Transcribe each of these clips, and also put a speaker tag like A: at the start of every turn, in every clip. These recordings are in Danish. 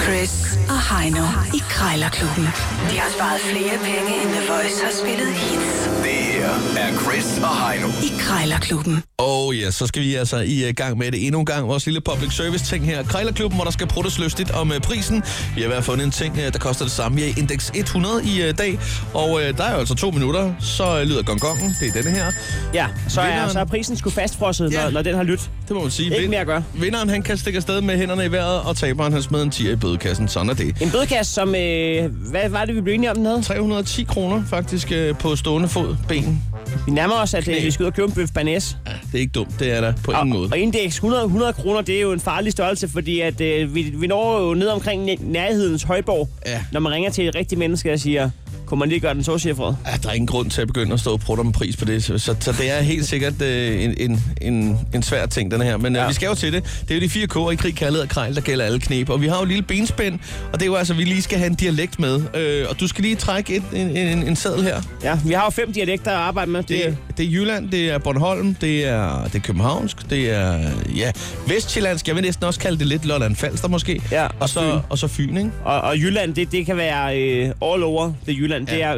A: Chris og Heino i Krejlerklubben. De har sparet flere penge, end The Voice har spillet hits
B: Det her er Chris og Heino.
A: i Krejlerklubben.
C: Og ja, så skal vi altså i øh, gang med det endnu en gang. Vores lille public service ting her. Krejlerklubben, hvor der skal pruttes lystigt om øh, prisen. Vi har i hvert fald fundet en ting, øh, der koster det samme. Vi er i indeks 100 i øh, dag. Og øh, der er jo altså to minutter. Så øh, lyder gongongen. Det er denne her.
D: Ja, så er,
C: Vinderen.
D: så er prisen sgu fastfrosset,
C: Ja.
D: når, når den har lyttet.
C: Det må man sige.
D: Ikke mere at gøre.
C: Vinderen han kan stikke afsted med hænderne i vejret, og taberen han smed en 10 i bødekassen. Sådan er det.
D: En bødekasse, som... Øh, hvad var det, vi blev enige om, den hed?
C: 310 kroner faktisk øh, på stående fod, ben.
D: Vi nærmer os, at øh, vi skal ud og købe en bøf banæs.
C: Det er ikke dumt, det er der på ingen måde.
D: Og, og indeks 100, 100 kroner, det er jo en farlig størrelse, fordi at, øh, vi, vi når jo ned omkring næ- nærhedens højborg,
C: Ja.
D: når man ringer til et rigtigt menneske og siger, kunne man lige gøre den togchefred?
C: Ja, der er ingen grund til at begynde at stå og prutte om en pris på det, så, så, så det er helt sikkert øh, en, en, en, en svær ting, den her. Men ja. øh,
D: Ja.
C: vi skal jo til det. Det er jo de fire kår i krig, kærlighed og krejl, der gælder alle knep. Og vi har jo et lille benspænd, og det er jo altså, vi lige skal have en dialekt med. Øh, og du skal lige trække et, en, en, en sædel her.
D: Ja, vi har jo fem dialekter at arbejde med.
C: Det, er- det er Jylland, det er Bornholm, det er, det er københavnsk, det er ja, vestjyllandsk, jeg vil næsten også kalde det lidt Lolland Falster måske.
D: Ja,
C: og,
D: og
C: så, og så Fyn, ikke?
D: Og, og Jylland, det, det kan være øh, all over det Jylland. Ja.
C: Ja.
D: Det er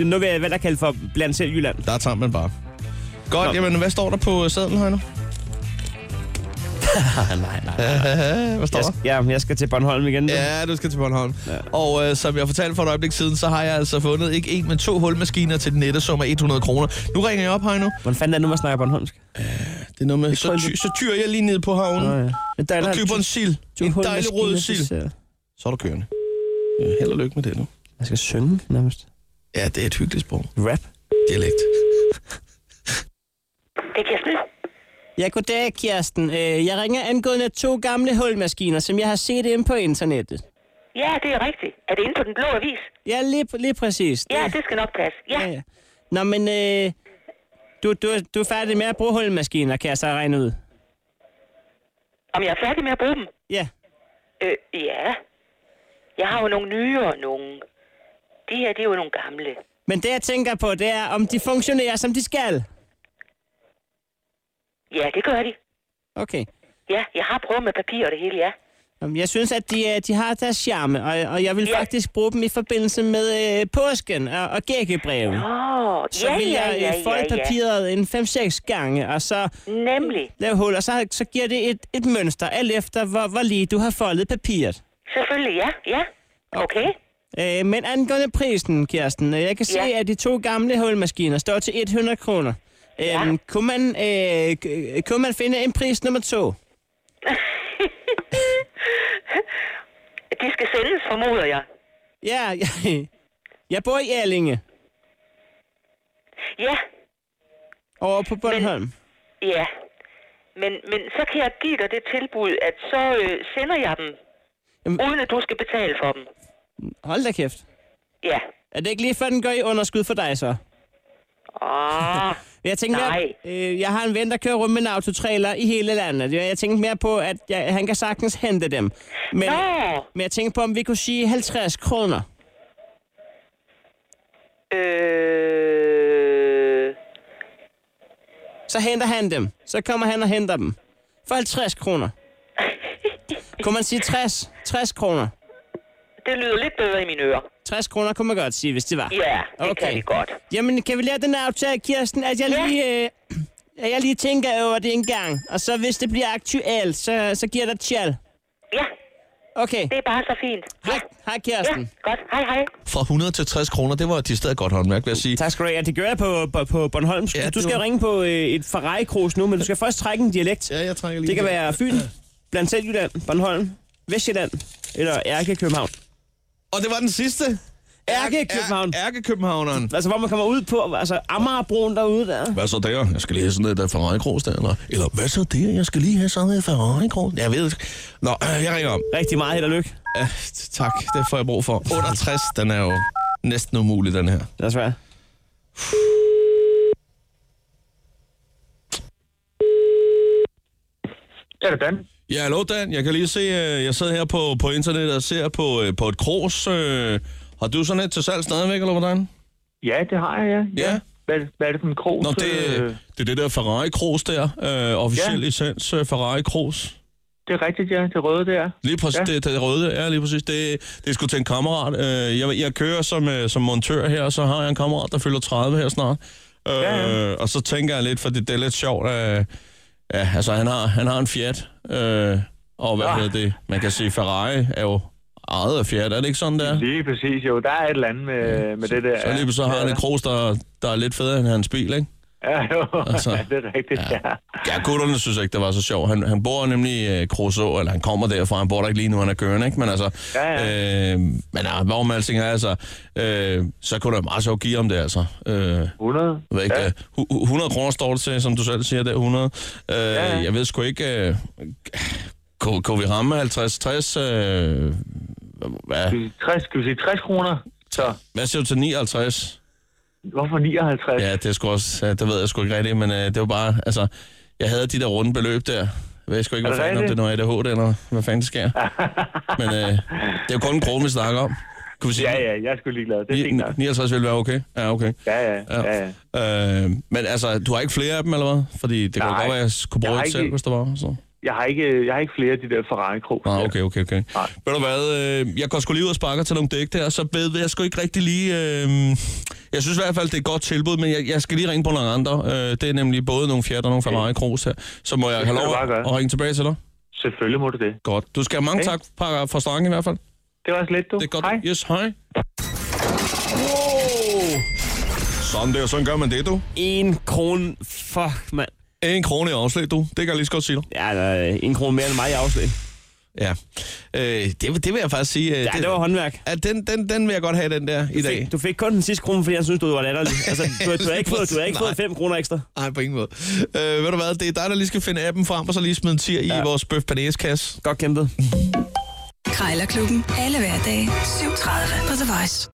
D: øh, noget, hvad der kalder for blandt selv Jylland.
C: Der tager man bare. Godt,
D: Nå.
C: jamen hvad står der på sædlen her nu?
D: Ah, nej, nej. nej.
C: Hvad står
D: Jeg,
C: der?
D: sk- ja, jeg skal til Bornholm igen. Ja.
C: Ja, du skal til Bornholm. Ja. Og øh, som jeg fortalte for et øjeblik siden, så har jeg altså fundet ikke en, men to hulmaskiner til den nette sum af 100 kroner. Nu ringer jeg op her nu.
D: Hvordan fanden er det nu, man snakker bornholmsk?
C: Det er noget med, så,
D: tror jeg
C: ty,
D: lidt.
C: så tyrer jeg lige ned på havnen
D: Nå,
C: ja.
D: ja. Men Der er
C: og køber en sild. En dejlig rød sild.
D: sild.
C: Så er du kørende. Ja, held og lykke med det nu.
D: Jeg skal synge nærmest.
C: Ja, det er et hyggeligt sprog.
D: Rap.
C: Dialekt.
D: Ja, goddag, Kirsten. Øh, Jeg ringer angående to gamle hulmaskiner, som jeg har set inde på internettet.
E: Ja, det er rigtigt. Er det inde på den blå avis?
D: Ja, lige, lige præcis.
E: Ja, det skal nok passe. Ja,
D: Ja, ja. Nå, men øh, du, du, du er færdig med at bruge hulmaskiner, kan jeg så regne ud.
E: om jeg er færdig med at bruge dem?
D: Ja,
E: Øh, ja. Jeg har jo nogle nye og nogle... Det her, det er jo nogle gamle.
D: men det jeg tænker på, det er, om de funktionerer, som de skal.
E: Ja, det gør de.
D: Okay.
E: Ja, jeg har prøvet med papir og det hele, ja.
D: Jamen, Jeg synes, at de, øh, de har deres charme, og, og jeg vil
E: Ja.
D: faktisk bruge dem i forbindelse med øh, påsken og, og gækkebreven.
E: Åh,
D: Så
E: ja,
D: vil
E: ja,
D: jeg øh,
E: ja,
D: folde
E: ja, ja.
D: papiret en 5-6 gange, og så
E: Nemlig.
D: lave hul, og så, så giver det et, et mønster, alt efter, hvor, hvor lige du har foldet papiret.
E: Selvfølgelig, ja, ja. Okay.
D: Øh, men angående prisen, Kirsten, øh, jeg kan se,
E: Ja.
D: at de to gamle hulmaskiner står til 100 kroner. Øhm,
E: Ja.
D: kunne, man, øh, k- kunne man finde en pris nummer to?
E: De skal sendes, formoder jeg.
D: Ja, jeg, jeg bor i Erlinge,
E: Ja,
D: over på Bornholm. Men...
E: ja. Men, men så kan jeg give dig det tilbud, at så øh, sender jeg dem,
D: Jamen-
E: uden at du skal betale for dem.
D: Hold da kæft.
E: Ja.
D: Er det ikke lige før, den går i underskud for dig så?
E: Åh,
D: Jeg tænkte,
E: Nej.
D: At, øh, jeg har en ven, der kører rundt med en autotrailer i hele landet. Jeg jeg tænkte mere på, at jeg, han kan sagtens hente dem. Men,
E: Nå,
D: men jeg tænkte på, om vi kunne sige 50 kroner.
E: øh,
D: Så henter han dem. Så kommer han og henter dem. For 50 kroner. kunne man sige 60? 60 kroner.
E: det lyder lidt bedre i mine ører.
D: 60 kroner kunne man godt sige, hvis det var.
E: Ja, det okay.
D: Okay.
E: kan vi godt.
D: Jamen, kan vi lære den her aftale, Kirsten, at jeg
E: Ja.
D: lige... Øh, at jeg lige tænker over det en gang, og så hvis det bliver aktuelt, så, så giver der tjal.
E: Ja,
D: Okay,
E: det er bare så fint.
D: hej, hej
E: Ja,
D: Kirsten.
E: godt. Hej, hej.
C: Fra 100 til 60 kroner, det var de stadig godt håndværk, vil jeg sige.
D: Tak skal du have. Ja, det gør jeg på, på, på Bornholm.
C: Ja,
D: Ja,
C: det
D: du skal
C: var-
D: var... ringe på øh, et Ferrari-krus nu, men du skal først trække en dialekt.
C: Ja, jeg trækker lige.
D: Det kan være Fyn, blandt selv Jylland, Bornholm, Vestjylland eller Ærke København.
C: Og det var den sidste.
D: Ærke København.
C: Ærkekøbenhavneren.
D: Altså, hvor man kommer ud på altså, Amagerbroen derude der.
C: Hvad så der? Jeg skal lige have sådan noget der Ferrari-kros der, eller, eller hvad så der? Jeg skal lige have sådan noget Ferrari-kros. Jeg ved ikke. Nå, øh, jeg ringer om.
D: Rigtig meget held og lykke.
C: Ja, t- tak, det får jeg brug for. 68, den er jo næsten umulig, den her.
D: Det er svært.
F: Ja, det er Dan.
C: Ja, hallo Dan, jeg kan lige se, øh, jeg sidder her på, på internettet og ser på, øh, på et kros. Øh, har du sådan et til salg stadigvæk, eller hvordan?
F: Ja, det har jeg, ja.
C: Ja.
F: Hvad, hvad er det for en krog?
C: Nå, det,
F: Øh,
C: det er det der Ferrari-kros der, øh, officiel ja.
F: Ja.
C: licens øh, Ferrari-kros.
F: Det er rigtigt, ja. Det røde der.
C: Lige præcis, ja.
F: Ja.
C: det, det røde, ja, lige præcis. Det, det er sgu til en kammerat. Øh, Jeg, jeg kører som, øh, som montør her, og så har jeg en kammerat, der fylder 30 her snart. Øh, ja.
F: ja.
C: Og så tænker jeg lidt, for det, det er lidt sjovt. Øh, ja, altså, han har, han har en Fiat. Øh, og hvad
F: Ja.
C: hedder det? Man kan sige, Ferrari er jo ejet af Fiat. Er det ikke sådan, der?
F: Lige præcis, jo. Der er et eller andet med, med det der.
C: Så lige så har han en krog, der, der er lidt federe end hans bil, ikke?
F: Ja, jo.
C: Altså.
F: Altså. det er rigtigt, ja.
C: Ja, gutterne synes ikke, det var så sjovt. Han, han bor nemlig i øh, Kroså, eller han kommer derfra. Han bor der ikke lige nu, han er kørende, ikke? Men altså,
F: Ja,
C: Øh, men ja, hvor man tænker, altså, øh, så kunne der meget sjovt give om det, altså. Øh, jeg
F: 100.
C: ved ikke, øh,
F: ja.
C: ja. 100 kroner står det til, som du selv siger, det er 100. Øh, ja.
F: ja.
C: Jeg ved sgu ikke, øh, kunne, kunne vi ramme 50-60, øh, hvad,
F: Skal vi sige 60, skal vi sige 60 kroner? Så
C: hvad siger du til 59?
F: hvorfor 59?
C: Ja, det er sgu også, ja, det ved jeg sgu ikke rigtigt, men øh, det var bare, altså, jeg havde de der runde beløb der. Jeg ved sgu ikke,
F: Er
C: hvad
F: det
C: fanden, om det er
F: rigtigt?
C: noget ADHD, eller hvad fanden det sker. men øh, det er jo kun en krone, vi snakker om. Kunne vi sige,
F: Ja, ja, jeg er sgu ligeglad. Det er fint nok.
C: 59 ville være okay? Ja, okay.
F: Ja, ja, ja, ja.
C: Øh, men altså, du har ikke flere af dem, eller hvad? Fordi det kunne
F: Nej.
C: godt være, at jeg skulle
F: Jeg
C: bruge
F: har
C: et
F: ikke-
C: selv, hvis der var. Så.
F: Jeg har ikke, øh, jeg har ikke flere af de der Ferrari-krog.
C: Ah, okay, okay, okay.
F: Nej.
C: Ved du hvad, øh, jeg går sgu lige ud og sparker til nogle dæk der, så ved ved jeg sgu ikke rigtig lige... Øh, jeg synes i hvert fald, det er et godt tilbud, men jeg, jeg skal lige ringe på nogle andre. Øh, det er nemlig både nogle Fiat og nogle Ferrari Cruz her. Så må jeg
F: Det
C: have
F: skal
C: lov
F: du bare gøre.
C: at ringe tilbage til dig.
F: Selvfølgelig må du det.
C: Godt. Du skal have mange
F: Okay.
C: tak for, for snakken i hvert fald.
F: Det var også lidt, du.
C: Det er godt.
F: Hej.
C: Yes, hej. Wow. Sådan der, sådan gør man det, du.
D: En krone. Fuck, mand.
C: En krone i afslag, du. Det kan jeg lige så godt sige dig.
D: Ja, der er en krone mere end mig i afslag.
C: Ja. Øh, det, det vil jeg faktisk sige. Øh,
D: Ja, det var håndværk.
C: at den, den, den vil jeg godt have, den der i
D: Du
C: dag.
D: fik, du fik kun den sidste krone, fordi jeg synes, du var latterlig. Altså, du, du, har ikke fået, du har ikke fået
C: Nej.
D: 5 kroner ekstra.
C: Nej, på ingen måde. Øh, ved du hvad, det er dig, der lige skal finde appen frem, og så lige smide en tier ja. i vores bøf kasse
D: Godt kæmpet.
A: Krejlerklubben. Alle hverdage. 7.30 på The Voice.